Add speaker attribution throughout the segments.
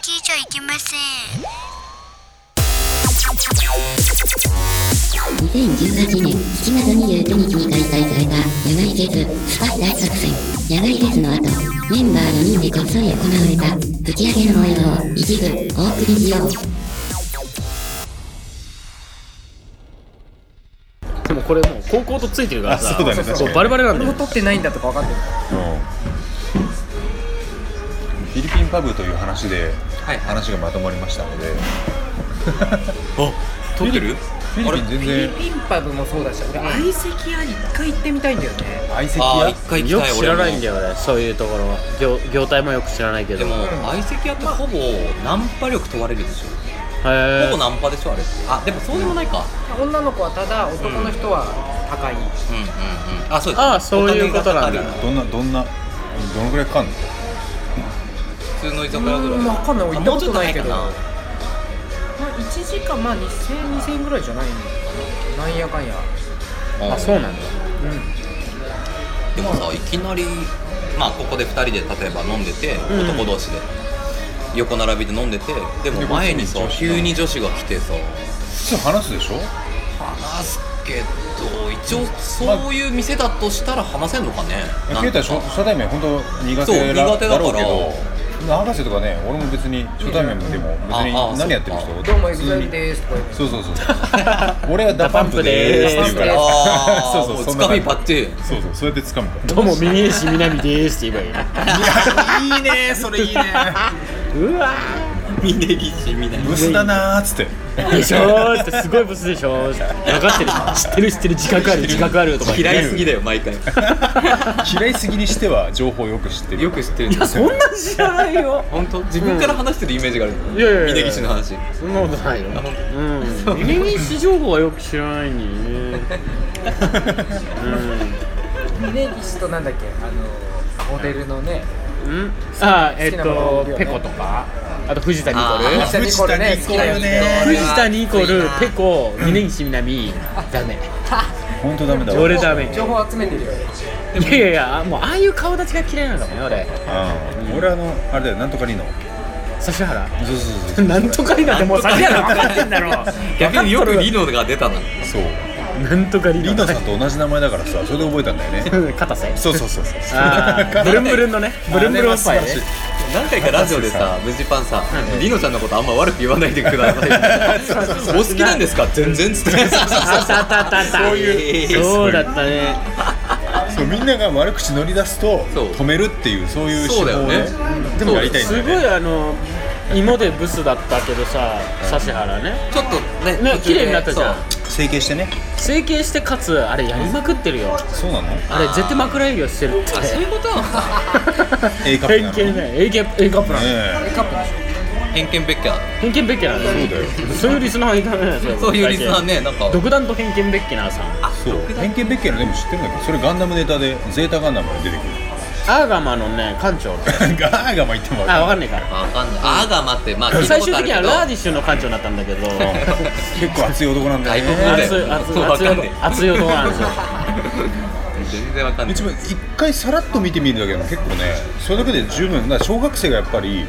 Speaker 1: きじゃいけません
Speaker 2: 2018年7月29日に開催された野外フェススパ大作戦野外フェスの後メンバー4人でこっそり行われた打ち上げの模様を一部お送りしよう
Speaker 3: でもこれもう高校とついてるからさ
Speaker 4: あそうだね確かに
Speaker 3: こうバレバレなんだ
Speaker 5: こ
Speaker 3: よ
Speaker 5: こ取ってないんだとか分かってる
Speaker 4: フィリピンパブという話で話がまとまりました ので、あ撮ってるフィリピン全
Speaker 5: フィ
Speaker 4: 然
Speaker 5: リピンパブもそうだし俺相席屋一回行ってみたいんだよね
Speaker 4: 相席
Speaker 6: ああ
Speaker 4: 屋
Speaker 6: 一回行き
Speaker 3: よ
Speaker 6: た
Speaker 3: く
Speaker 6: い
Speaker 3: 知らないんだ
Speaker 6: よ
Speaker 3: よねそういうところは業業態もよく知らないけ
Speaker 6: で
Speaker 3: ど
Speaker 6: も
Speaker 3: へ
Speaker 6: 相席屋ってほぼナンパ力問われるでしょ
Speaker 3: え
Speaker 6: ほぼナンパでしょあれってあでもそうでもないか
Speaker 5: 女の子はただ男の人は高い、
Speaker 6: うんうんうんあそうです
Speaker 3: ああそういうことなんだ
Speaker 6: お金がかか
Speaker 4: ど
Speaker 6: る
Speaker 4: んなどんなどのくらいかかんの
Speaker 6: 普通の居酒屋ぐらい
Speaker 5: うんわかんない俺行ったことないけど
Speaker 6: あもうちょっと
Speaker 5: まあ、1時間まあ2000、2000ぐらいじゃないのかななんやかんや
Speaker 6: ないかな
Speaker 3: あそうなんだ
Speaker 5: うん
Speaker 6: でもさいきなりまあここで2人で例えば飲んでて、
Speaker 3: うん
Speaker 6: 男同士で横並びで飲んでてでも前にさ
Speaker 4: でこっちに女子が
Speaker 6: 急に女子が来てさ
Speaker 4: 普通話すでしょ
Speaker 6: 話すけど一応そういう店だとしたら話せんのかね、なん
Speaker 4: ケイ
Speaker 6: と
Speaker 4: タ
Speaker 6: か
Speaker 4: 初初対面本当苦
Speaker 6: そう
Speaker 4: 手だ
Speaker 6: 苦手だか
Speaker 4: だろ
Speaker 6: ら
Speaker 4: うけど博士とかね俺も別に初対面もでも別に
Speaker 6: ああ
Speaker 4: 何やってる
Speaker 6: そ
Speaker 4: 人
Speaker 5: どうもエグザイ
Speaker 4: 普
Speaker 5: ル
Speaker 4: 通に
Speaker 5: ですとか言って
Speaker 4: そうそう そう俺はダパンプでーすって言うか
Speaker 5: ダ
Speaker 4: ら
Speaker 6: ああ
Speaker 4: そうそうそ
Speaker 6: つ
Speaker 4: んな
Speaker 6: か
Speaker 4: 感
Speaker 6: み
Speaker 4: じ
Speaker 6: パッチ
Speaker 4: そうそうそうやって掴む から
Speaker 3: どうも峰岸みなみでーすって言えばいいよね
Speaker 6: いいねそれいいね
Speaker 3: うわ
Speaker 6: 峰岸みたいな
Speaker 4: ブスだなーっつって
Speaker 3: ーでしょーってすごいブスでしょーって分かってる知ってる知ってる自覚ある自覚あるとか言って
Speaker 6: 嫌いすぎだよ 毎回
Speaker 4: 嫌いすぎにしては情報よく知ってる
Speaker 6: よく知ってるいや
Speaker 3: そんな知らないよ
Speaker 6: 本当自分から話してるイメージがある、
Speaker 3: いやいやいや
Speaker 6: 峰岸の話
Speaker 3: そんなことないよ
Speaker 6: あ
Speaker 3: う
Speaker 6: 本
Speaker 3: ん峰岸情報はよく知らないんだよね
Speaker 5: 峯岸となんだっけあのモデルのね
Speaker 3: うんうんあーえっ
Speaker 5: 好きなもの
Speaker 3: と
Speaker 5: 多いよね
Speaker 3: ペコとかあと藤田ニコル
Speaker 6: あ
Speaker 5: 藤田ニコルね好きだよね
Speaker 3: 藤田ニコル、ペコ、峯岸みなみ、ダメ。
Speaker 4: 本当ダメだわ
Speaker 3: 俺ダメ。
Speaker 5: 情報集めてるよ
Speaker 3: いやいやいや、もうああいう顔立ちが嫌いなんだもんね、俺。
Speaker 4: うん俺あのあれだよなんとかリの
Speaker 3: 指原。
Speaker 4: そうそうそう
Speaker 3: なんとかり なんてもう指原分かってんだろ。
Speaker 6: 逆によくリ
Speaker 3: ノ。
Speaker 6: ノが出たな
Speaker 4: そう
Speaker 3: なんとかり
Speaker 4: リノさんと同じ名前だからさそれで覚えたんだよね
Speaker 3: 片瀬。
Speaker 4: そうそうそうそう
Speaker 3: あ あ、ブルンブルンのね、ブルンブルンおっぱいね。
Speaker 6: 何回かラジオでさ、無事パンさん、りのちゃんのことあんま悪く言わないでく ださいって。お好きなんですか全然っつって。
Speaker 3: あったあったあったあった。
Speaker 6: そういう
Speaker 3: そうだったね。
Speaker 4: そうみんなが悪口乗り出すと
Speaker 6: そう
Speaker 4: 止めるっていうそういう手
Speaker 6: そうだ
Speaker 4: 法
Speaker 6: よ
Speaker 4: を
Speaker 6: ね
Speaker 4: ね
Speaker 6: でも
Speaker 4: やりたいんだ
Speaker 3: す
Speaker 4: よ
Speaker 3: ご
Speaker 4: ね
Speaker 3: いあの、芋でブスだったけどさ、指原ね。
Speaker 6: ちょっとね、
Speaker 3: ね
Speaker 6: 途中で
Speaker 3: 綺麗になったじゃん
Speaker 6: そう
Speaker 4: 整形してね
Speaker 3: 整形してかつ、あれやりまくってるよ。
Speaker 4: そうなの
Speaker 3: あれ絶対枕営業してるって
Speaker 6: あ、そういうことなのか
Speaker 4: A カップな
Speaker 3: 偏
Speaker 4: の
Speaker 3: 見
Speaker 4: ね
Speaker 3: ね A キャ A カップなの
Speaker 4: え
Speaker 6: 偏見別居だ。
Speaker 3: 偏見べっけなのそうだよそういうリスナーはいたね
Speaker 6: そういうリスナーね、なんか。
Speaker 3: 独断と偏見べっけなさん
Speaker 4: そう偏見別件のでも知ってるんだけどそれガンダムネタでゼータガンダムが出てく
Speaker 3: アーガマのね館長
Speaker 4: る ガーガマ言ってもわかんない
Speaker 3: あわかんないから
Speaker 6: わかんない。あーが待って、まあ、聞いた
Speaker 3: 最
Speaker 6: こ
Speaker 3: 終
Speaker 6: とあ
Speaker 3: 的
Speaker 6: る
Speaker 3: に
Speaker 6: け
Speaker 3: は
Speaker 6: ど
Speaker 3: ラーディッシュの館長になったんだけど
Speaker 4: 結構熱い男なんだよ
Speaker 6: 外国
Speaker 4: ね
Speaker 6: の
Speaker 3: 熱い熱い熱い
Speaker 6: わかんねえ
Speaker 3: 男熱い男なんですよ
Speaker 6: 全然わかんない
Speaker 4: 一。番一回さらっと見てみるだけでも結構ねそれだけで十分だから小学生がやっぱり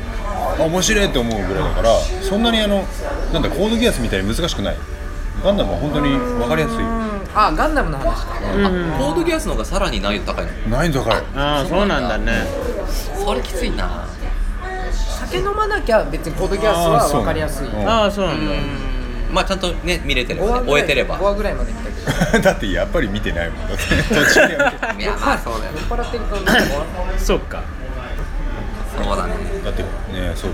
Speaker 4: あ面白いって思うぐらいだからそんなにあのなんだコードギアスみたいに難しくないガンダムは本当に分かりやすい
Speaker 5: あガンダムの話か
Speaker 6: あコードギアスの方がさらに難易度高いの。
Speaker 4: 難易度高い
Speaker 3: ああそうなんだね
Speaker 6: それきついな。
Speaker 5: 酒飲まなきゃ別にコードギャスは分かりやすい
Speaker 4: あーそうなの
Speaker 3: ああそうなんだ
Speaker 6: まあ、ちゃんとね、見れてれ
Speaker 5: 5
Speaker 6: ば
Speaker 5: 話
Speaker 6: ね、
Speaker 5: ぐら
Speaker 6: 終
Speaker 5: い
Speaker 6: えてれ
Speaker 5: 5
Speaker 6: ば。
Speaker 5: 話ぐらいまで見たけど
Speaker 4: だってやっぱり見てないもんだって途中でやめて
Speaker 6: いや、まあ、そうだ
Speaker 5: 酔
Speaker 6: よね
Speaker 5: っ。払ってるからなんか
Speaker 3: そうか
Speaker 6: そうだね。
Speaker 4: だってねそう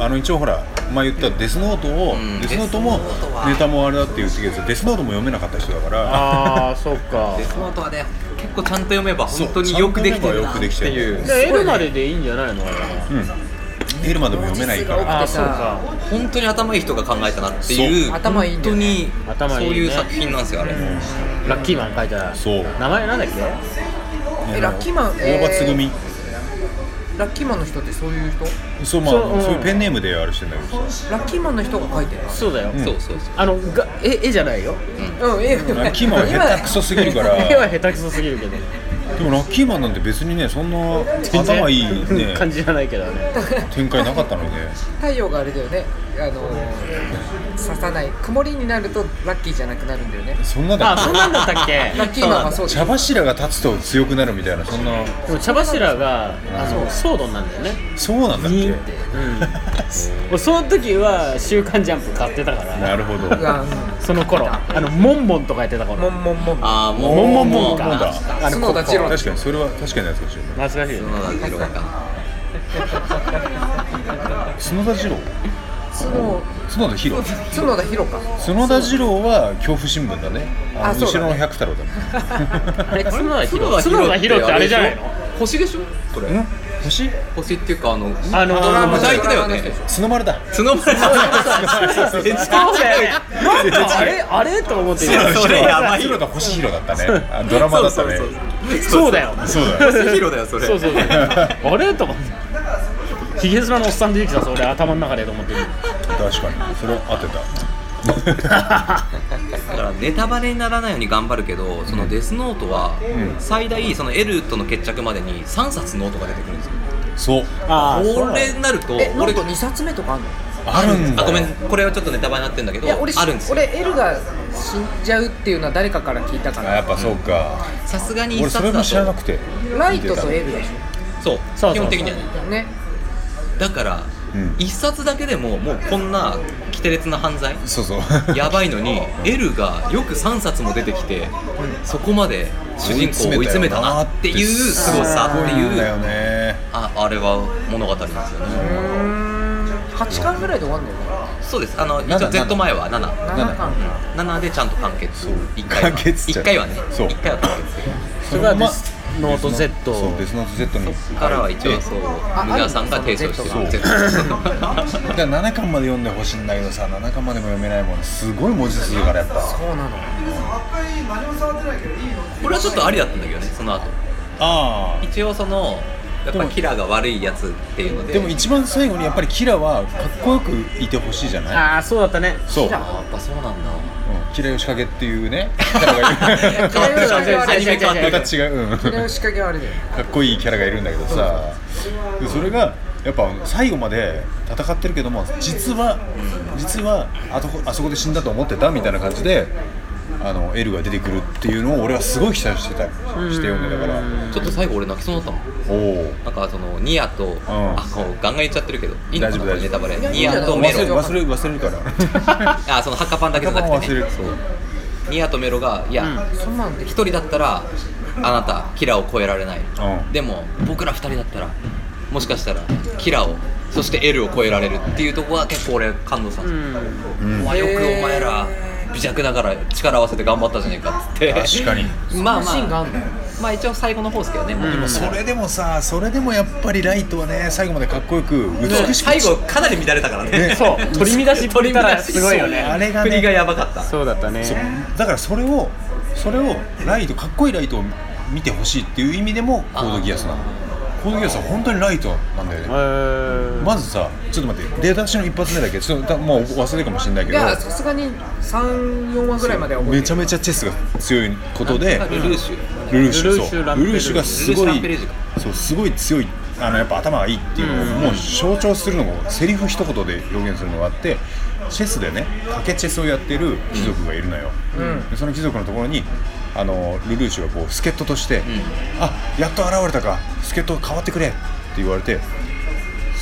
Speaker 4: あの一応ほら前言ったデスノートを、
Speaker 6: ん
Speaker 4: デスノートも
Speaker 6: デスノートは
Speaker 4: ネタもあれだって言ってたけどデスノートも読めなかった人だから
Speaker 3: ああそうか
Speaker 6: デスノートはね、結構ちゃんと読めば
Speaker 4: そう
Speaker 6: 本当によくできてる
Speaker 4: ちゃ
Speaker 6: なんっ
Speaker 4: と読めばよ
Speaker 6: て
Speaker 4: くできてる
Speaker 6: いう
Speaker 3: で L まででいいんじゃないのあれ
Speaker 4: エルマでも読めないから
Speaker 3: ああそうか
Speaker 6: 本当に頭いい人が考えたなっていう
Speaker 4: そう
Speaker 5: 頭いいん
Speaker 6: 本
Speaker 5: だ
Speaker 6: 当
Speaker 5: よ
Speaker 6: に
Speaker 3: 頭いいね
Speaker 6: そういう作品なんですよあれ、
Speaker 3: ラッキーマン書いたら
Speaker 4: そう
Speaker 3: 名前なんだっけ
Speaker 5: えラッキーマン
Speaker 4: 大場つぐみ
Speaker 5: ラッキーマンの人ってそういう人
Speaker 4: そうまあ
Speaker 3: そううん
Speaker 4: そういうペンネームであれしてんだけど
Speaker 5: ラッキーマンの人が書いてる
Speaker 3: そうだよ
Speaker 4: ん
Speaker 6: そうそうそう
Speaker 3: あのが絵絵じゃないよ
Speaker 5: うんええ
Speaker 4: ラッキーマンは下手くそすぎるか
Speaker 3: 絵は
Speaker 4: ら
Speaker 3: 下手くそすぎるけど
Speaker 4: でもラッキーマンなんて別にねそんな
Speaker 3: 全然
Speaker 4: 頭いいね
Speaker 3: 感じじゃないけどね
Speaker 4: 展開なかったので
Speaker 5: 太陽があれだよねあの刺さない曇りになるとラッキーじゃなくなるんだよね
Speaker 4: そんなだ
Speaker 3: あ
Speaker 4: っけ
Speaker 3: そんなんだったっけ
Speaker 5: ラッキーマンはそうだ
Speaker 4: 茶柱が立つと強くなるみたいなそんな
Speaker 3: でも茶柱があのソードになるんだよね
Speaker 4: そうなんだっけ
Speaker 3: いいって俺その時は「週刊ジャンプ」買ってたから
Speaker 4: なるほど
Speaker 5: うわ
Speaker 3: その頃あのモンモンとかやってた
Speaker 5: うんも
Speaker 3: 頃
Speaker 5: んもんもん
Speaker 6: ああもう
Speaker 3: モンモンモン
Speaker 4: モンモン
Speaker 3: か
Speaker 4: だ
Speaker 3: あの
Speaker 5: 角田次郎
Speaker 4: 確かにそれは確かに懐かしい
Speaker 3: 懐かしいよね
Speaker 6: そうなんだろうか
Speaker 5: 角角田博か
Speaker 4: 角田二郎角田博角田二郎は恐怖新聞だねあ
Speaker 5: あそう
Speaker 4: の後
Speaker 5: だね
Speaker 4: ろの百太郎だね
Speaker 3: あれ角田ヒロ
Speaker 6: は
Speaker 3: 角田ヒロってあれじゃないの
Speaker 6: 星でしょこれ
Speaker 4: 星
Speaker 6: 星っていうかあの
Speaker 3: あの
Speaker 5: ドラマ
Speaker 6: 歌い手だよね
Speaker 4: 角丸 だ
Speaker 6: 角村さん全
Speaker 3: そうだよね
Speaker 6: 然
Speaker 3: なんかあれあれと思って
Speaker 6: そうそれやばいよ
Speaker 4: 角田星博だったねあドラマだったね
Speaker 6: そうそう
Speaker 3: そうだよ
Speaker 4: そうだ
Speaker 6: 星ヒロだよそれ
Speaker 3: そうそうそうあれと思ってヒゲ面のおっさん出てきたそれ頭の中でと思って
Speaker 4: 確かにそれは当て
Speaker 6: だからネタバレにならないように頑張るけどそのデスノートは
Speaker 4: うん
Speaker 6: 最大そのエルとの決着までに3冊ノートが出てくるんです
Speaker 4: たそ
Speaker 6: よ
Speaker 4: う
Speaker 3: あ
Speaker 6: これになると
Speaker 5: えノ
Speaker 6: 俺
Speaker 5: ート2冊目とかあんの
Speaker 4: あるんだ
Speaker 6: あごめんこれはちょっとネタバレになってんだけど
Speaker 5: いや俺し
Speaker 6: あるんですよ
Speaker 5: 俺エルが死んじゃうっていうのは誰かから聞いたか
Speaker 4: あや
Speaker 5: ら
Speaker 4: っぱそうか
Speaker 6: さすがに1
Speaker 4: 俺それ
Speaker 6: 冊だ
Speaker 4: も
Speaker 6: と
Speaker 4: 知らなくて
Speaker 5: ライトとエルでし
Speaker 6: そ
Speaker 3: そ
Speaker 6: う
Speaker 3: うそう
Speaker 6: 基本的にはね
Speaker 5: ょね
Speaker 6: だから
Speaker 4: うん
Speaker 6: 1冊だけでももうこんな奇てれつな犯罪
Speaker 4: そうそう
Speaker 6: やばいのに L がよく3冊も出てきてそこまで主人公を追い詰めたなっていう凄さって
Speaker 4: すごいんだ
Speaker 6: い
Speaker 4: よ
Speaker 6: う
Speaker 4: ね
Speaker 6: ああれは物語なんですよ
Speaker 5: う
Speaker 6: ね
Speaker 5: ーん8巻ぐらいで終わんのよ
Speaker 6: そうですあの一
Speaker 4: 7
Speaker 6: 応 Z 前は
Speaker 5: な
Speaker 6: 7
Speaker 5: 7巻か
Speaker 6: 7でちゃんと完結
Speaker 4: そう
Speaker 6: 1回は
Speaker 4: 完結っちゃ
Speaker 6: 1回はね
Speaker 4: そう
Speaker 6: 1回は完結
Speaker 3: それがデスノート Z
Speaker 4: そうデスノート Z に
Speaker 6: からは一応そう
Speaker 5: あ
Speaker 6: 無駄さんが提唱してる Z
Speaker 4: だから7巻まで読んでほしいんだけどさ7巻までも読めないもんすごい文字数だからやっぱ
Speaker 5: そうなの
Speaker 6: これはちょっとありだったんだけどねその後
Speaker 4: あ
Speaker 6: 一応そのやっ
Speaker 4: で
Speaker 6: ぱ
Speaker 4: も
Speaker 6: キラーが悪いやつっていうので
Speaker 4: でも一番最後にやっぱりキラはかっこよくいてほしいじゃない
Speaker 3: ああそうだったね
Speaker 4: そう、う
Speaker 6: あやっぱそう なんだ
Speaker 4: ん、キラヨシカゲっていうねキャラがいる
Speaker 6: 変わってるアニメ変わって
Speaker 4: ま
Speaker 6: る
Speaker 4: た違う、うん、
Speaker 5: それ
Speaker 4: か
Speaker 5: を仕掛けはあれだよ
Speaker 4: っこいいキャラがいるんだけどさでそれがやっぱ最後まで戦ってるけども実は実はあとこあそこで死んだと思ってたみたいな感じであのエルが出てくるっていうのを俺はすごい期待してたして読んでたから
Speaker 6: ちょっと最後俺泣きそうになったもん
Speaker 4: おお
Speaker 6: なんかそのニアと、あこうガンガン言っちゃってるけどいいのか
Speaker 4: 大丈夫
Speaker 6: な
Speaker 4: 大丈夫
Speaker 6: ネタバレ
Speaker 5: いやいいん
Speaker 6: ニ
Speaker 5: じゃな
Speaker 6: ア
Speaker 5: い
Speaker 6: と
Speaker 4: 忘
Speaker 6: メ
Speaker 4: れ
Speaker 6: ロ
Speaker 4: る忘れる忘れるから
Speaker 6: あそのハッカパンだけじゃなくて
Speaker 4: 忘れ
Speaker 6: ね
Speaker 4: るそう
Speaker 6: ニアとメロがいや
Speaker 5: そんなんで
Speaker 6: 一人だったらあなたキラを超えられない、
Speaker 4: うん
Speaker 6: でも僕ら二人だったらもしかしたらキラをそして L を超えられるっていうとこは結構俺感動したんですよ、
Speaker 4: うん
Speaker 6: まあよくお前ら微弱だから力合わせて頑張ったじゃねえかっ つって
Speaker 4: 確かに
Speaker 6: まあ
Speaker 5: シーンがあ
Speaker 6: まあ
Speaker 5: んのよ
Speaker 6: まあ一応最後の方ですけどねもう今
Speaker 4: それでもさそれでもやっぱりライトはね最後までかっこよく美しく
Speaker 6: 最後かなり乱れたから ね
Speaker 3: そう取り乱し取り乱しすごいよ
Speaker 4: あ
Speaker 3: ね
Speaker 4: れが
Speaker 6: 振りが
Speaker 4: ね
Speaker 6: やばかった
Speaker 3: そうだった
Speaker 4: そう
Speaker 3: ね
Speaker 4: だからそれをそれをライトかっこいいライトを見てほしいっていう意味でもコードギアスなのコードギアスは本当にライトなんだよ
Speaker 3: う
Speaker 4: ね
Speaker 3: ーん
Speaker 4: まずさちょっと待って出だしの一発目だけちょっともう忘れるかもしれないけ
Speaker 5: い
Speaker 4: ど
Speaker 5: やさすがに34話ぐらいまでは覚え
Speaker 4: め
Speaker 5: て
Speaker 4: ちゃ
Speaker 5: る
Speaker 4: めちゃチェスが強いことで
Speaker 6: ルルーシュ
Speaker 4: ルルーシュ
Speaker 3: ルルーシュ
Speaker 4: そう
Speaker 3: ランペ
Speaker 4: ル
Speaker 3: ル
Speaker 4: ルーシュがすご
Speaker 6: ルルーシュラ
Speaker 4: い
Speaker 6: ンペレージか
Speaker 4: そうすごい強いあのやっぱ頭がいいっていうのをもう象徴するのもセリフ一言で表現するのがあってチェスでね賭けチェスをやってる貴族がいるのよ、でその貴族のところにあのルルーシュがこう助っ人として「あやっと現れたか助っ人変わってくれ」って言われて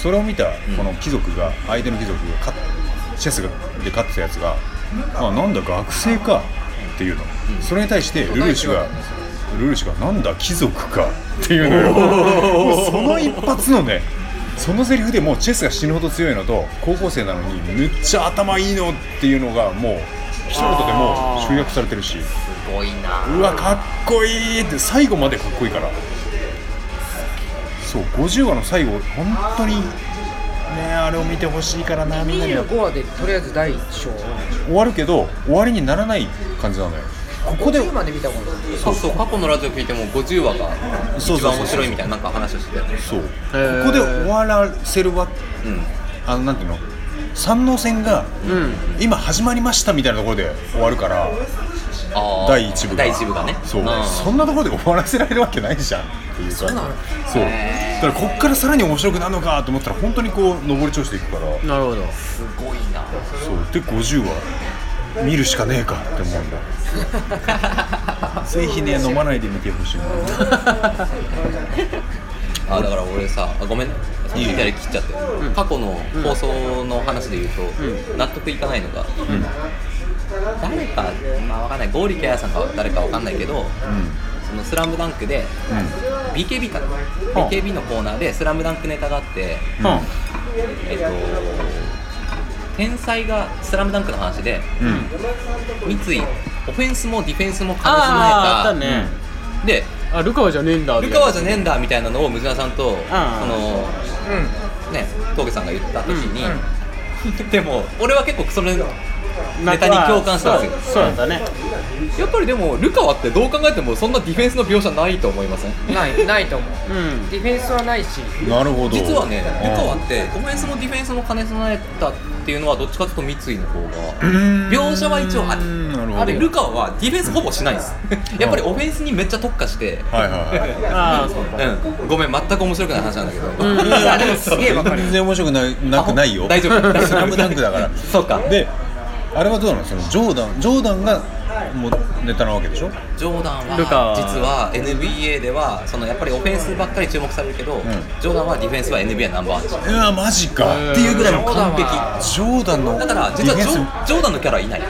Speaker 4: それを見たこの貴族が相手の貴族が勝っチェスがで勝ってたやつが「あなんだ学生か」っていうのそれに対してルルーシュが「ルルーシュがなんだ貴族か」っていうのよもうその一発のねそのセリフでもうチェスが死ぬほど強いのと高校生なのにめっちゃ頭いいのっていうのがもう一言でもう集約されてるし
Speaker 6: すごいな
Speaker 4: うわかっこいいって最後までかっこいいからそう50話の最後本当にねあれを見てほしいからなみんなには
Speaker 5: 25話でとりあえず第1章
Speaker 4: 終わるけど終わりにならない感じなのよここで
Speaker 5: 50まで見たことない
Speaker 6: そうそう過去のラジオ聞いても50話が
Speaker 4: そうそうそう
Speaker 6: 一番面白いみたいななんか話をしてたよね
Speaker 4: そうこ
Speaker 3: ー
Speaker 4: こで終わらせるわ
Speaker 6: うん
Speaker 4: あのなんていうの山王戦が
Speaker 3: うん
Speaker 4: 今始まりましたみたいなところで終わるから
Speaker 6: あー
Speaker 4: 第一部が
Speaker 6: 第一部がね
Speaker 4: そう、
Speaker 6: うん
Speaker 4: そんなところで終わらせられるわけないじゃんっていうか
Speaker 5: そうなの
Speaker 4: そうだからこっからさらに面白くなるのかと思ったら本当にこう上り調子でいくから
Speaker 3: なるほど
Speaker 6: すごいな
Speaker 4: そうで50は見るしかねえかって思うんだぜひね飲まないで見てほしいな
Speaker 6: あだから俺さあごめんねその時あれ切っちゃって、過去の放送の話で言うと、納得いかないのが、誰かまあわかんない剛力彩さんか誰かわかんないけど、その「スラムダンクで、BKB かな、
Speaker 4: はあ
Speaker 6: BKB のコーナーで「スラムダンクネタがあって、
Speaker 4: うん
Speaker 6: えっと天才が「スラムダンクの話で、
Speaker 4: うん
Speaker 6: 三井オフェンスもディフェンスも兼ね
Speaker 3: あああった
Speaker 6: 備え
Speaker 3: ね、
Speaker 6: たで
Speaker 3: あルカワじゃねえんだ
Speaker 6: ルカワじゃねえんだみたいなのをムジナさんと、その
Speaker 5: うん
Speaker 6: ね峠さんが言った時に、
Speaker 5: うん
Speaker 6: でも俺は結構それやネタに共感したんですよ
Speaker 3: そうそうだったね
Speaker 6: っぱりでもルカワってどう考えてもそんなディフェンスの描写ないと思いません
Speaker 5: ないないと思う
Speaker 3: うん
Speaker 5: ディフェンスはないし
Speaker 4: なるほど
Speaker 6: 実はね
Speaker 4: うん
Speaker 6: ルカワってオフェンスもディフェンスも兼ね備えたっていうのはどっちかというと三井の方が
Speaker 4: ん
Speaker 6: 描写は一応
Speaker 4: な
Speaker 6: あ
Speaker 4: るほ
Speaker 6: る
Speaker 4: ど
Speaker 6: あれルカワはディフェンスほぼしないんですやっぱりオフェンスにめっちゃ特化して
Speaker 4: はいはいはい
Speaker 3: ああそうか
Speaker 6: うん、ごめん全く面白くない話なんだけど、
Speaker 5: いやでもすげえわかる
Speaker 4: 全然面白くないなくないよ
Speaker 6: 大丈夫大丈夫
Speaker 4: スラム ダンクだから
Speaker 6: そうか
Speaker 4: であれはどうなのそのジョーダンジョーダンがもうネタなわけでしょ
Speaker 6: ジョーダンは
Speaker 3: ルカは
Speaker 6: 実は NBA ではそのやっぱりオフェンスばっかり注目されるけど、ジョーダンはディフェンスは NBA ナンバーワンでしたっ
Speaker 4: うわマジか
Speaker 6: ていうぐらいの完璧
Speaker 4: ジョーダンの
Speaker 6: だから実は
Speaker 4: デ
Speaker 6: ジ
Speaker 4: ィフェン
Speaker 6: ョジョーダンのキャラはいない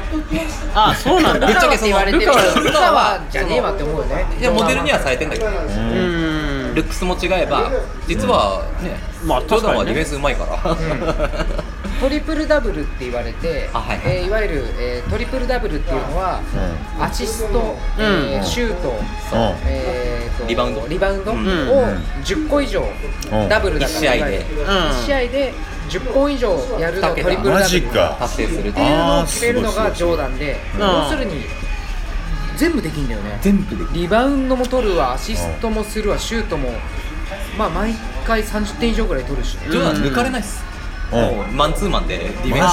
Speaker 3: ああそうなんだ
Speaker 6: ぶっちゃけ
Speaker 5: って言われてる
Speaker 6: ルカは
Speaker 5: ルカはじゃねえわって思うよね
Speaker 6: いやモデルにはされてんだけど
Speaker 3: うーん
Speaker 6: ルックスも違えば実はね、
Speaker 3: まあ
Speaker 6: ジョーダン
Speaker 3: 確か
Speaker 6: は
Speaker 3: にね
Speaker 6: ディフェンスうまいから、
Speaker 5: トリプルダブルって言われて、
Speaker 6: あはい
Speaker 5: えーいわゆる、えートリプルダブルっていうのは、アシスト、えーシュート、
Speaker 4: ス
Speaker 5: えーと
Speaker 6: リバウンド
Speaker 5: リバウンドを
Speaker 6: ん
Speaker 5: 10個以上、
Speaker 4: うん
Speaker 5: ダブルだから
Speaker 6: 一試合で
Speaker 3: ん
Speaker 5: 1試合で10本以上やるのト
Speaker 6: 二桁
Speaker 5: リプ
Speaker 4: うん
Speaker 5: ル
Speaker 4: マ
Speaker 5: ダブ
Speaker 4: ジ
Speaker 5: ル
Speaker 4: か
Speaker 6: 達成する
Speaker 5: っていうのを
Speaker 4: あー
Speaker 5: 決めるの
Speaker 4: すごいすご
Speaker 5: が
Speaker 4: い
Speaker 5: ジョーダンで
Speaker 3: ん
Speaker 5: 要するに全部できんだよね全部リバウンドも取るわアシストもするわシュートもまあ毎回30点以上ぐらい取るしね
Speaker 6: ジョーダン抜かれないっす、
Speaker 4: うん
Speaker 6: もうマンツーマンでディフェンス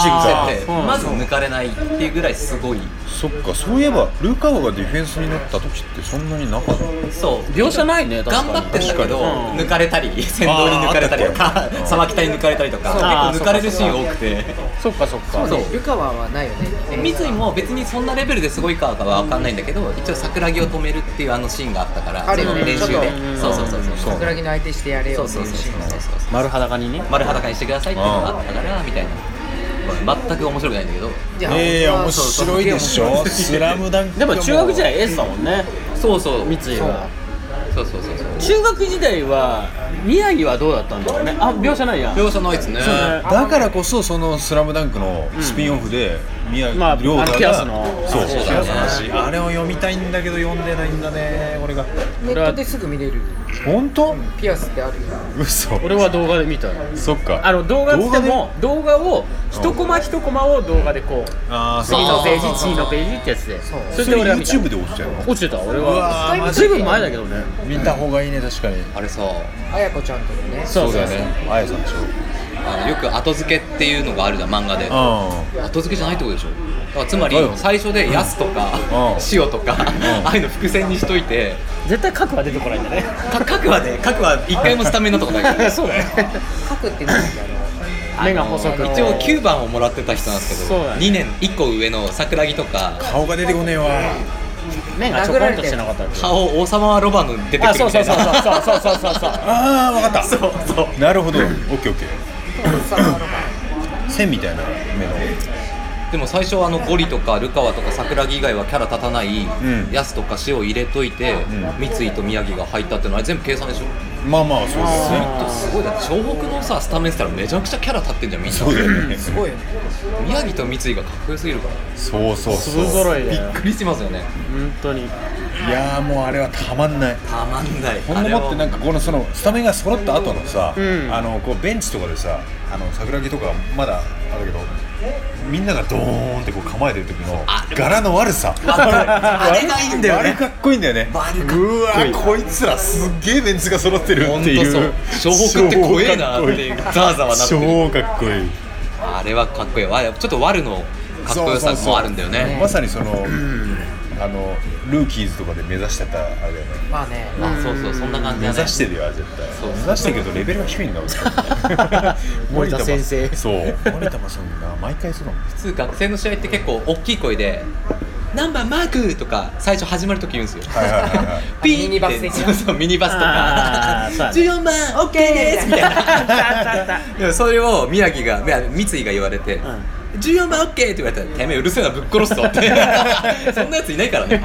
Speaker 6: してて
Speaker 3: マ
Speaker 6: ま
Speaker 3: ジ
Speaker 6: ず
Speaker 3: か
Speaker 6: 抜かれないっていうぐらいすごい
Speaker 4: そっかそういえばルカワがディフェンスになった時ってそんなになかった
Speaker 6: そう
Speaker 3: 描写ないね確か
Speaker 6: 頑
Speaker 3: に
Speaker 6: 張ってんだけど、
Speaker 3: うん
Speaker 6: 抜かれたり、先導に抜かれたりとか、さばき隊に抜かれたりとか、
Speaker 3: あー
Speaker 6: 結構抜かれるシーン多くて、
Speaker 3: そっかそっか
Speaker 6: そう
Speaker 5: ルカワはないよね
Speaker 6: 三井も別にそんなレベルですごいかは分かんないんだけど、一応、桜木を止めるっていうあのシーンがあったから、
Speaker 5: あるよね
Speaker 6: その練習
Speaker 5: ちょっ
Speaker 6: で、そうそうそうそう、
Speaker 5: 桜木の相手してやれよ
Speaker 6: そう
Speaker 5: って
Speaker 6: そ
Speaker 5: いう
Speaker 6: そう
Speaker 5: う
Speaker 6: そう
Speaker 5: シーンがね
Speaker 6: そうそう、
Speaker 3: 丸裸にね
Speaker 6: 丸裸にしてくださいっていうのがあったから、みたいな、これ全く面白くないんだけど、
Speaker 5: いや
Speaker 4: ええ
Speaker 5: まあ
Speaker 4: 面白いでしょスラムダンク
Speaker 3: でも中学時代エースだもんね
Speaker 6: そうそう、
Speaker 3: 三井は
Speaker 6: そうそうそうそう、
Speaker 3: 中学時代は宮城はどうだったんだろうねあ描写ないやん
Speaker 6: 描写ないですね。
Speaker 3: ね
Speaker 4: だからこそその「スラムダンクのスピンオフで宮
Speaker 3: まあ
Speaker 4: 亮
Speaker 3: あの
Speaker 4: 太
Speaker 3: ピア
Speaker 4: が
Speaker 3: スの
Speaker 4: そう
Speaker 6: そう
Speaker 4: ピ
Speaker 6: だよ
Speaker 4: アス
Speaker 6: ね
Speaker 4: の話あれを読みたいんだけど読んでないんだね俺が
Speaker 5: ネットですぐ見れる
Speaker 4: 本当
Speaker 5: ピアスってあるよ
Speaker 4: 嘘
Speaker 3: 俺は動画で見た
Speaker 4: そっか
Speaker 3: あの動画っつっても動画を一コマ一コマを動画でこう
Speaker 4: ああそ
Speaker 3: 次
Speaker 4: っ
Speaker 3: の
Speaker 4: か
Speaker 3: ページ次のページってやつで
Speaker 5: そう
Speaker 3: そ
Speaker 4: そ
Speaker 3: れで
Speaker 4: れ
Speaker 3: 俺は見た
Speaker 4: YouTube で落ちてるの
Speaker 3: 落ちてた俺
Speaker 4: うわー
Speaker 3: は
Speaker 4: マ
Speaker 3: ずい
Speaker 4: ジ
Speaker 3: ぶん前だけどね
Speaker 4: 見た方がいいね確かに
Speaker 6: あれさ
Speaker 5: あやこちゃんとかね
Speaker 3: そうそう
Speaker 4: あやさんでしょ
Speaker 6: あのよく後付けっていうのがあるじゃん漫画で
Speaker 4: あ
Speaker 6: 後付けじゃないってことでしょだからつまり
Speaker 4: うん
Speaker 6: 最初で「やす」とか
Speaker 4: うん
Speaker 6: 「塩」とかああいうの伏線にしといて
Speaker 3: 絶対核は出てこないんだね
Speaker 6: か各話で各話一回もスタメンのとこないか ら
Speaker 3: そうだね
Speaker 5: 書くってなんだろ
Speaker 3: 目が細く
Speaker 6: 一応9番をもらってた人なんですけ
Speaker 3: そうだ
Speaker 6: ど
Speaker 3: ね
Speaker 6: 2年1個上の桜木とか
Speaker 4: あ顔が出てこねえわ
Speaker 3: 目がちょこんとしてなかった
Speaker 6: 顔王様はロバの出てくる
Speaker 3: あそう
Speaker 6: みた
Speaker 3: そう
Speaker 6: い
Speaker 3: そうそう
Speaker 6: な
Speaker 3: そうそう そうそう
Speaker 4: ああわかった
Speaker 6: そうそう
Speaker 4: なるほどオッケーオッケ
Speaker 5: うさあ
Speaker 4: ー線みたいな目の
Speaker 6: でも最初はあのゴリとかルカワとか桜木以外はキャラ立たない
Speaker 4: ん
Speaker 6: やすとか塩入れといて三井と宮城が入ったっていうのはあれ全部計算でしょ
Speaker 4: まあまあそうですね
Speaker 6: すごいだって湘北のさスタメンしたらめちゃくちゃキャラ立ってんじゃんみんな
Speaker 4: そうだよね
Speaker 5: すごいよね
Speaker 6: 宮城と三井がかっこよすぎるから
Speaker 4: そうそうそう
Speaker 3: 粒揃いだよ
Speaker 6: びっくりしますよね
Speaker 3: 本当に
Speaker 4: いやーもうあれはたまんない
Speaker 6: たまんない
Speaker 4: ほんでもってなん
Speaker 6: か
Speaker 4: かこのそのスタメンが揃った後のさ、
Speaker 3: ん
Speaker 4: あのこうベンチとかでさあの桜木とかまだあるけどみんながドーンってこう構えてる時の柄の悪さ
Speaker 6: あれがいいんだよ
Speaker 4: あれ
Speaker 6: ね
Speaker 4: かっこいいんだよね
Speaker 6: あれかっこいう
Speaker 4: わこいつらすっげえメンツが揃ってる
Speaker 6: ほ
Speaker 4: っ
Speaker 6: んと
Speaker 4: ていう
Speaker 6: そう湘北って怖えなっていうざわざわなってる
Speaker 4: 超かっこいい
Speaker 6: あれはかっこいいわちょっと悪のかっこよさもあるんだよね
Speaker 4: まさにその、あのルーキーズとかで目指してたあれだよね
Speaker 5: まあね、
Speaker 6: まあそうそうそんな感じ
Speaker 4: 目
Speaker 6: だね
Speaker 4: 指してるよあれ絶対
Speaker 6: そう
Speaker 4: 目指してるけどレベルが低いんだ俺
Speaker 3: 森
Speaker 4: 森
Speaker 3: 田先生
Speaker 4: もそう森田もそうだな毎回そうだもん
Speaker 6: 普通学生の試合って結構大きい声で「ナンバーマーク!」とか最初始まるとき言うんですよ
Speaker 4: はいはいはいはい
Speaker 6: ピー
Speaker 5: ミニバス的な
Speaker 6: そうそうミニバスと
Speaker 3: あ
Speaker 6: か
Speaker 3: ーそうだね
Speaker 6: 14番 OK ですみたいなでもそれを宮城がいや三井が言われて、14番 OK って言われたら、てめえうるせえな、ぶっ殺すぞって、そんなやついないからね、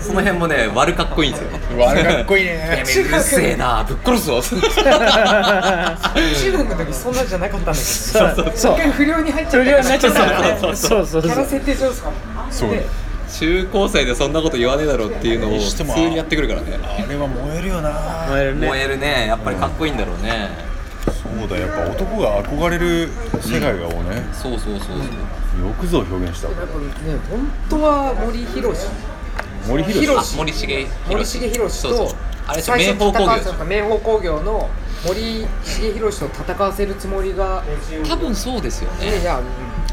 Speaker 6: その辺もね、悪かっこいいんですよ、
Speaker 4: うわあれかっこいい
Speaker 6: てめ
Speaker 4: ね
Speaker 6: えうるせえな、ぶっ殺すぞ、
Speaker 5: 中学の時そんなんじゃなかったんだけど、
Speaker 3: そうそうそう
Speaker 5: 一回不良に入っちゃ
Speaker 3: そ
Speaker 5: っ
Speaker 3: れは
Speaker 5: た
Speaker 3: なっちゃったからね
Speaker 6: そう
Speaker 3: そうそう
Speaker 5: キャ
Speaker 3: そ
Speaker 5: ラ
Speaker 3: う
Speaker 5: 設定上ですか
Speaker 4: そう
Speaker 5: で
Speaker 6: 中高生でそんなこと言わねえだろうっていうのを、
Speaker 4: に
Speaker 6: 普
Speaker 4: して
Speaker 6: 通
Speaker 4: も
Speaker 6: にやってくるからね。
Speaker 4: あれは燃えるよな
Speaker 3: 燃えるね
Speaker 6: 燃えるねやっぱりかっこいいんだろうね、
Speaker 4: そうだやっぱ男が憧れる世界がもうね
Speaker 6: そうそうそうそう、
Speaker 4: よくぞ表現した
Speaker 5: やっぱね、本当は森博氏
Speaker 4: 森博
Speaker 5: 博
Speaker 6: あ森重
Speaker 5: 森重博氏
Speaker 6: そう
Speaker 5: と
Speaker 6: そうあれでしょ
Speaker 5: 最
Speaker 6: 明
Speaker 5: 初
Speaker 6: 峰工
Speaker 5: 戦
Speaker 6: 業
Speaker 5: わ
Speaker 6: で
Speaker 5: せ
Speaker 6: した
Speaker 5: のが明峰工業の森重博氏と戦わせるつもりが
Speaker 6: ょ多分そうですよ
Speaker 5: いやい
Speaker 6: ね
Speaker 5: や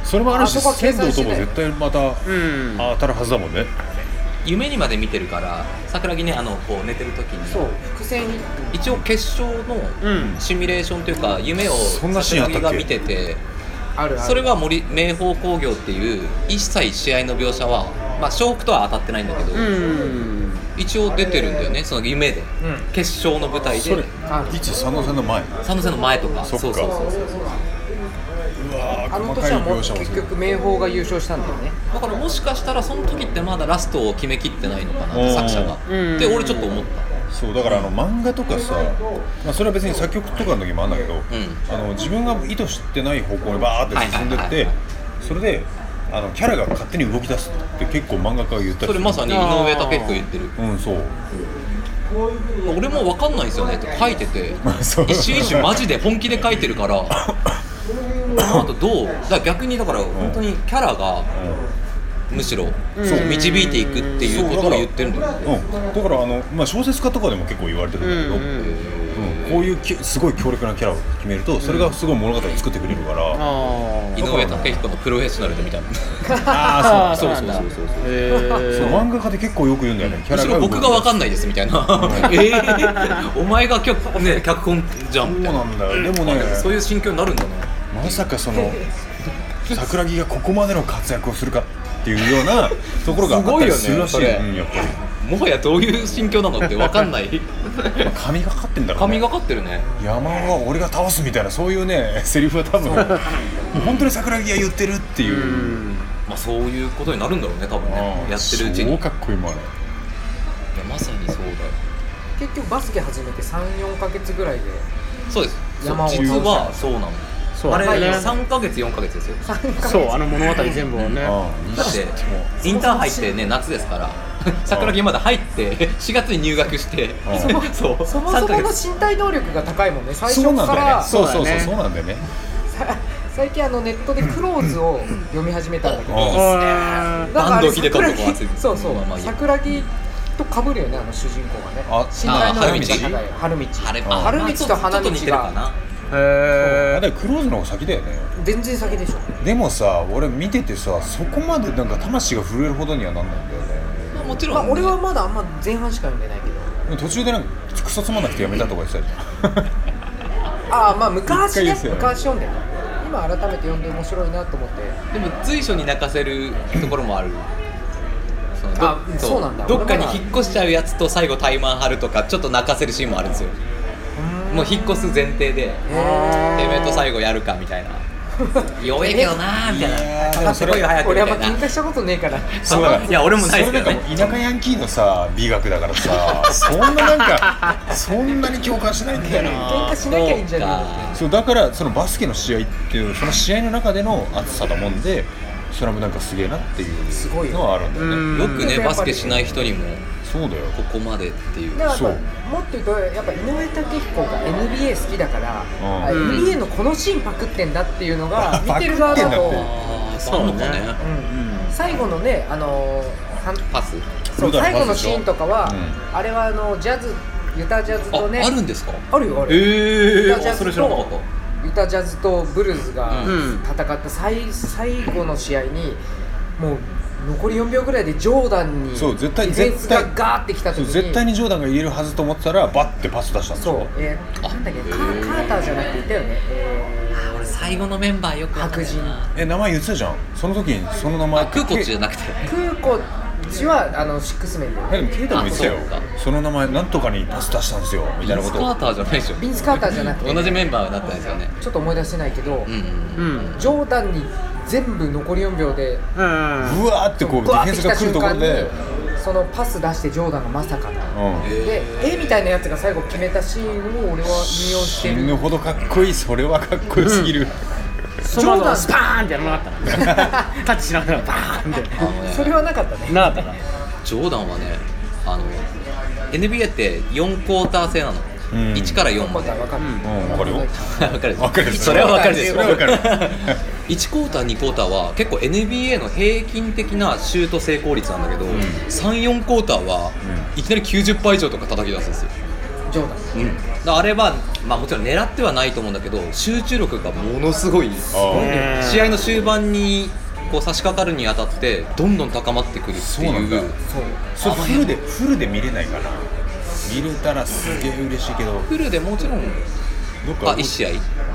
Speaker 4: それもあるし
Speaker 5: あそこは計
Speaker 4: 仙
Speaker 5: 算
Speaker 4: 道
Speaker 5: し
Speaker 4: と
Speaker 5: て
Speaker 4: も
Speaker 5: ない
Speaker 4: 絶対また
Speaker 3: うん
Speaker 4: 当たるはずだもんね
Speaker 6: 夢にまで見てるから桜木ねあのこう寝てる時に
Speaker 5: そう伏線に
Speaker 6: 一応決勝のシミュレーションというか夢を
Speaker 4: そんなシーンあったっけ
Speaker 6: が見てて
Speaker 5: あるある
Speaker 6: それは森明峰工業っていう一切試合の描写はまあ小北とは当たってないんだけど、
Speaker 3: うん
Speaker 6: 一応出てるんだよねその夢で、
Speaker 5: ん
Speaker 6: 決勝の舞台
Speaker 4: それ
Speaker 6: で
Speaker 5: ある
Speaker 4: 一佐野さんの前
Speaker 6: 佐野戦の前とか
Speaker 4: そっか
Speaker 6: そうそうそうそう
Speaker 4: うわー
Speaker 5: あの
Speaker 4: 細か
Speaker 5: 年
Speaker 4: い
Speaker 5: はもう
Speaker 4: 描写もす
Speaker 5: 結
Speaker 4: る
Speaker 5: 局明峰が優勝したんだよね
Speaker 6: だからもしかしたらその時ってまだラストを決めきってないのかな
Speaker 4: うん
Speaker 6: 作者がって俺ちょっと思った
Speaker 4: そうだからあの漫画とかさ、まあ、それは別に作曲とかの時もあるんだけど、あの自分が意図してない方向にバーって進んでって、
Speaker 6: はいはいはいはい
Speaker 4: それであのキャラが勝手に動き出すって結構漫画家が言ったり
Speaker 6: それまさに井上武彦言ってる
Speaker 4: うんそう
Speaker 6: 俺も分かんないですよねって書いて て
Speaker 4: そう
Speaker 6: 一瞬一瞬マジで本気で書いてるからあとどうだから逆にだから本当にキャラがむしろ
Speaker 4: そう
Speaker 6: 導いていくっていうことを言ってるんだよね
Speaker 4: うん、だからあの、まあ、小説家とかでも結構言われてるんだけど、うんこういうきすごい強力なキャラを決めるとそれがすごい物語を作ってくれるから、あ
Speaker 3: あ
Speaker 6: 井上武彦のプロフェッショナルで見たの
Speaker 3: ー
Speaker 4: あ
Speaker 3: そう
Speaker 4: そうそうそうそう
Speaker 3: ーへ
Speaker 4: そう
Speaker 3: え
Speaker 4: 漫画家で結構よく言うんだよね、キャ
Speaker 6: む
Speaker 4: ラ
Speaker 6: し
Speaker 4: が
Speaker 6: ろ
Speaker 4: 動く
Speaker 6: 僕が分かんないですみたいな えーお前が脚本ね脚本じゃんみたい
Speaker 4: そ
Speaker 6: な
Speaker 4: うなんだよでもね
Speaker 6: そういう心境になるんだな
Speaker 4: まさかその桜木がここまでの活躍をするかっていうよう なところがあったりするらしい
Speaker 6: すごいよねそれ
Speaker 4: うんやっぱり
Speaker 6: もはやどういう心境なのって分かんない
Speaker 4: まあ神がかかってんだろう、ね、
Speaker 6: 神がかってるね
Speaker 4: 山は俺が倒すみたいなそういうねセリフは多分もう本当に桜木が言ってるっていう
Speaker 6: まあそういうことになるんだろうね多分
Speaker 4: あ
Speaker 6: ね
Speaker 4: あ
Speaker 6: やってるうちにい
Speaker 4: 超
Speaker 6: や
Speaker 4: かっこいいもんあれ
Speaker 6: まさにそうだよ
Speaker 5: 結局バスケ始めて34か月ぐらいで
Speaker 6: そうですそう
Speaker 5: 山を
Speaker 6: 実はそうなの
Speaker 3: そう
Speaker 6: あれ
Speaker 3: だね
Speaker 6: 3ヶ月4ヶ月ですよ
Speaker 3: そうあの物語全部をね
Speaker 4: あ
Speaker 6: だってインターハイってね夏ですから桜木まだ入って4月に入学して
Speaker 4: ああ
Speaker 6: そう
Speaker 5: そもそ
Speaker 6: 3ヶ
Speaker 5: もの
Speaker 6: 月
Speaker 5: 身体能力が高いもんね
Speaker 4: あ
Speaker 5: 最
Speaker 4: そう
Speaker 5: 初
Speaker 4: なん
Speaker 5: か
Speaker 4: だよ
Speaker 5: ら
Speaker 4: ねそうそう
Speaker 3: そうだ
Speaker 4: そう
Speaker 3: ね
Speaker 4: そうなんだよね
Speaker 5: 最近あのネットで「クローズ」を読み始めたんだけど
Speaker 4: あ
Speaker 5: なんかあ
Speaker 3: あ
Speaker 5: れ
Speaker 6: バンドヒデとかも
Speaker 5: 桜木
Speaker 6: 熱い
Speaker 5: そうそう、
Speaker 6: まあまあいいや
Speaker 5: 桜木と被るよねあの主人公がね
Speaker 4: あ
Speaker 5: 身体能力が
Speaker 6: あ
Speaker 5: 高い春道
Speaker 6: 春
Speaker 4: あ
Speaker 5: 春道と花道
Speaker 6: ちょっと似てるか
Speaker 5: が
Speaker 6: な
Speaker 3: へ
Speaker 4: あれクローズの方が先だよね
Speaker 5: 全然先でしょ
Speaker 4: でもさ俺見ててさそこまでなんか魂が震えるほどにはなんないんだよね
Speaker 6: まあもちろん
Speaker 5: まあ
Speaker 6: ね
Speaker 5: 俺はまだあんま前半しか読んでないけど
Speaker 4: 途中でなんかクソつまんなくてやめたとか言ってたじゃん
Speaker 5: ああまあ昔
Speaker 4: 一回
Speaker 5: ね
Speaker 4: ですよね
Speaker 5: 昔読んでた今改めて読んで面白いなと思って
Speaker 6: でも随所に泣かせるところもある。そのど
Speaker 5: あそうなんだ
Speaker 6: どっかに引っ越しちゃうやつと最後タイマン張るとかちょっと泣かせるシーンもあるんですよもう引っ越す前
Speaker 5: へ
Speaker 6: 提でてめえと
Speaker 5: ー
Speaker 6: 最後やるかみ たいな弱えけどなーみたいなかかってこいよ早く
Speaker 5: 俺
Speaker 6: みた
Speaker 5: はまあ
Speaker 6: いな
Speaker 5: 喧嘩したことねえから
Speaker 6: そうだいや俺もないですけどね
Speaker 4: それなんかもう田舎ヤンキーのさ美学だからさそんななんかそんなに共感しないんだよ
Speaker 5: 喧
Speaker 4: な
Speaker 5: 嘩しなきゃいいんじゃね
Speaker 4: そうだからそのバスケの試合っていうその試合の中での熱さだもんで「スラムなんかすげえなって
Speaker 5: ご
Speaker 4: い
Speaker 5: いうよ
Speaker 4: のはあるんだよね
Speaker 3: うん
Speaker 6: よくね
Speaker 5: うん
Speaker 6: バスケしない人にも
Speaker 4: そうだよ
Speaker 6: ここまでっていう
Speaker 5: えかだか
Speaker 4: そう
Speaker 5: らやっぱもっと言うとやっぱ井上武彦が NBA 好きだから、
Speaker 4: ん
Speaker 5: あ NBA のこのシーンパクってんだっていうのが見てる側だ
Speaker 4: パクっ
Speaker 5: と
Speaker 4: てんだって
Speaker 6: ああそうなのかね
Speaker 5: うん最後のねあのーはん
Speaker 6: パス
Speaker 5: そう
Speaker 4: ルーダ
Speaker 5: 最
Speaker 4: ーの
Speaker 5: 後
Speaker 4: パ
Speaker 5: の
Speaker 4: スでしょ
Speaker 5: シーンとかは、
Speaker 4: う
Speaker 5: あれはあのジャズユタジャズ
Speaker 6: あ
Speaker 5: とね
Speaker 6: あるんですか
Speaker 5: あるよあるよ
Speaker 6: ええ
Speaker 5: ユタジャズ
Speaker 6: そ
Speaker 5: と
Speaker 6: れ知らなかった
Speaker 5: ユタジャズとブルーズが
Speaker 6: うん
Speaker 5: 戦った最最後の試合にもう残り4秒ぐらいでジョーダンに
Speaker 4: そう絶対
Speaker 5: ディフェンスが
Speaker 4: 絶対
Speaker 5: ガーってきた時
Speaker 4: そう
Speaker 5: に
Speaker 4: 絶対にジョーダンが入れるはずと思ってたらバッてパス出したんでし
Speaker 5: そう
Speaker 4: ょ、
Speaker 5: えー、なんだっけカーカーターじゃなくていたよね、え
Speaker 6: あ俺最後のメンバーよくわかんないな
Speaker 4: え名前言ってたじゃんその時にその名前
Speaker 6: あ空コチじゃ
Speaker 4: な
Speaker 6: なくて
Speaker 5: ー、空港ちはあのシックスメンで
Speaker 4: でもケイタも言ってたよ
Speaker 6: あそう
Speaker 4: その名前なんとかにパス出したんですよみたいなこ
Speaker 6: ス
Speaker 4: と
Speaker 6: カーターじゃないでしょ
Speaker 5: ビンス・カーターじゃなくて
Speaker 6: 同じメンバーになったんですよね
Speaker 5: ちょっと思い出せないけど、
Speaker 6: うんうんうん
Speaker 3: うん
Speaker 5: ジョーダンに全部残り4秒で
Speaker 3: うん
Speaker 4: うわーってこうデ
Speaker 5: グ
Speaker 4: ィ
Speaker 5: ワ
Speaker 4: フ
Speaker 5: ーっ
Speaker 4: ェン
Speaker 5: て
Speaker 4: ス
Speaker 5: き
Speaker 4: が
Speaker 5: た
Speaker 4: 来る
Speaker 5: 瞬
Speaker 4: とこ
Speaker 5: 間
Speaker 4: ろ
Speaker 5: に
Speaker 4: で、
Speaker 5: そのパス出してジョーダンがまさかと
Speaker 4: うん、
Speaker 5: でえみたいなやつが最後決めたシーンを俺は引用して
Speaker 4: 死
Speaker 5: る
Speaker 4: ぬほどかっこいいそれはかっこよすぎる、
Speaker 3: その後はスパーンってやらなかったのタッチしながらバーンって
Speaker 6: あのね
Speaker 5: それはなかったね
Speaker 3: なかったな
Speaker 6: ジョーダンはねあの NBA って4クォーター制なの、
Speaker 4: ん
Speaker 6: 1から4ま
Speaker 5: 分
Speaker 6: で
Speaker 5: かる分か
Speaker 4: うんわかるよ
Speaker 6: 分かる
Speaker 4: わかる
Speaker 6: それは分かるでしょ
Speaker 4: それはわかる
Speaker 6: 1クォーター2クォーターは結構 NBA の平均的なシュート成功率なんだけど、34クォーターはいきなり90以上とか叩き出すんですよ、
Speaker 5: るジョーダン
Speaker 6: うん、だからあれは、まあ、もちろん狙ってはないと思うんだけど集中力がものすごい
Speaker 3: ね
Speaker 6: 試合の終盤にこう差し掛かるにあたってどんどん高まってくるって
Speaker 4: そう
Speaker 6: い
Speaker 4: なんだ
Speaker 6: う
Speaker 5: そう
Speaker 4: それフルでフルで見れないかな見れたらすげえ嬉しいけどど
Speaker 6: フルでもちろん
Speaker 4: っか
Speaker 6: あ1試合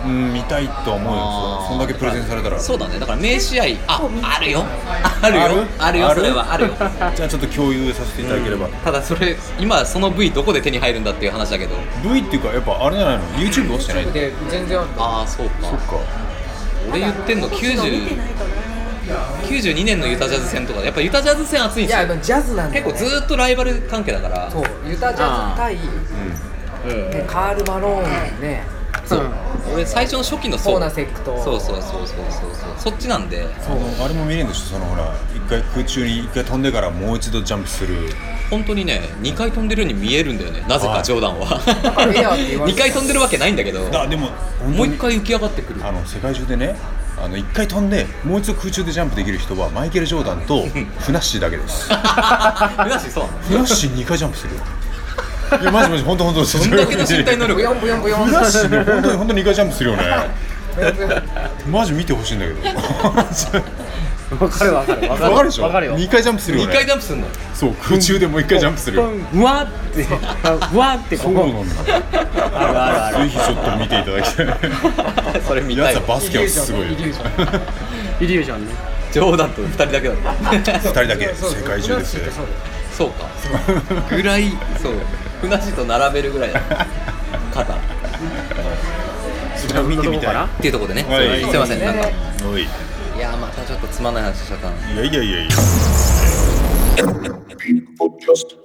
Speaker 4: うん見たいとは思うよ
Speaker 6: あー
Speaker 4: そんだけプレゼンされたら
Speaker 6: そうだねだから名試合ああるよあ
Speaker 4: あ
Speaker 6: るよあるよ
Speaker 4: あ
Speaker 6: それはある よ
Speaker 4: じゃあちょっと共有させていただければ、
Speaker 6: ただそれ今その V どこで手に入るんだっていう話だけど
Speaker 4: V っていうかやっぱあれじゃないの YouTube 落ちてない
Speaker 5: で全然ある
Speaker 6: ああそうか
Speaker 4: そっか
Speaker 6: 俺言ってんの90 92年のユタジャズ戦とかやっぱユタジャズ戦熱いん
Speaker 5: い
Speaker 6: です
Speaker 5: や
Speaker 6: よ
Speaker 5: でもジャズなんだ
Speaker 6: 結
Speaker 5: よ
Speaker 6: 構ずーっとライバル関係だから
Speaker 5: そうユタジャズ対、ね、カール・マローンね
Speaker 6: そう俺最初の初期の
Speaker 5: コ
Speaker 6: そ
Speaker 5: ー
Speaker 6: う
Speaker 5: ナーセックと
Speaker 6: そうそうそうそうそうそうそっちなんで
Speaker 4: あのあれも見れるんでしょそのほら一回空中に一回飛んでからもう一度ジャンプする
Speaker 6: 本当にね2回飛んでるように見えるんだよねなぜ
Speaker 4: は
Speaker 6: か
Speaker 4: い
Speaker 6: 冗談は
Speaker 5: からエアーって言われ
Speaker 6: 2
Speaker 5: て
Speaker 6: 回飛んでるわけないんだけど
Speaker 4: あでも
Speaker 6: もう1回浮き上がってくる
Speaker 4: あの世界中でねあの一回飛んでもう一度空中でジャンプできる人はマイケル・ジョーダン とフナッシーだけです
Speaker 6: ふなっしーそうなの
Speaker 4: フナッシー2回ジャンプするよいやマジマジ本当本当そ
Speaker 6: どんだけの身体能
Speaker 5: ブ
Speaker 6: 力
Speaker 5: ヨンブヨンブヨン
Speaker 4: フナッシーね本当に本当に2回ジャンプするよね
Speaker 5: ブヨンブヨン
Speaker 4: マジ見てほしいんだけど
Speaker 3: わかるわかるわかる
Speaker 4: わかるでしょ
Speaker 3: わかるよ
Speaker 4: 2回ジャンプするよ
Speaker 6: 2回
Speaker 4: ね
Speaker 6: ジャンプすんの
Speaker 4: そう空中でもう1回ジャンプするよ
Speaker 3: うわってうわってこ
Speaker 4: そうな
Speaker 3: うん
Speaker 4: だ
Speaker 3: あるあるあ
Speaker 4: ぜひちょっと見ていただきたい
Speaker 6: それ見た
Speaker 4: や
Speaker 6: い
Speaker 4: つはバスケはすごい
Speaker 5: イリュージョンイ
Speaker 3: るイリュージョンね
Speaker 6: 冗談と2人だけだ った
Speaker 4: 2人だけ
Speaker 5: そうそう
Speaker 4: 世界中で
Speaker 5: フ
Speaker 4: す
Speaker 5: ナッシーってそうだよ
Speaker 6: そうかぐらいそうふなっしーと並べるぐらいだ肩っ
Speaker 4: それを見てみたい
Speaker 3: な
Speaker 6: ていうところでね、
Speaker 4: はい
Speaker 6: すいませんなんか
Speaker 4: おいい
Speaker 6: いやーまたちょっとつまんない話しちゃったな
Speaker 4: やいやいやいや
Speaker 1: Podcast.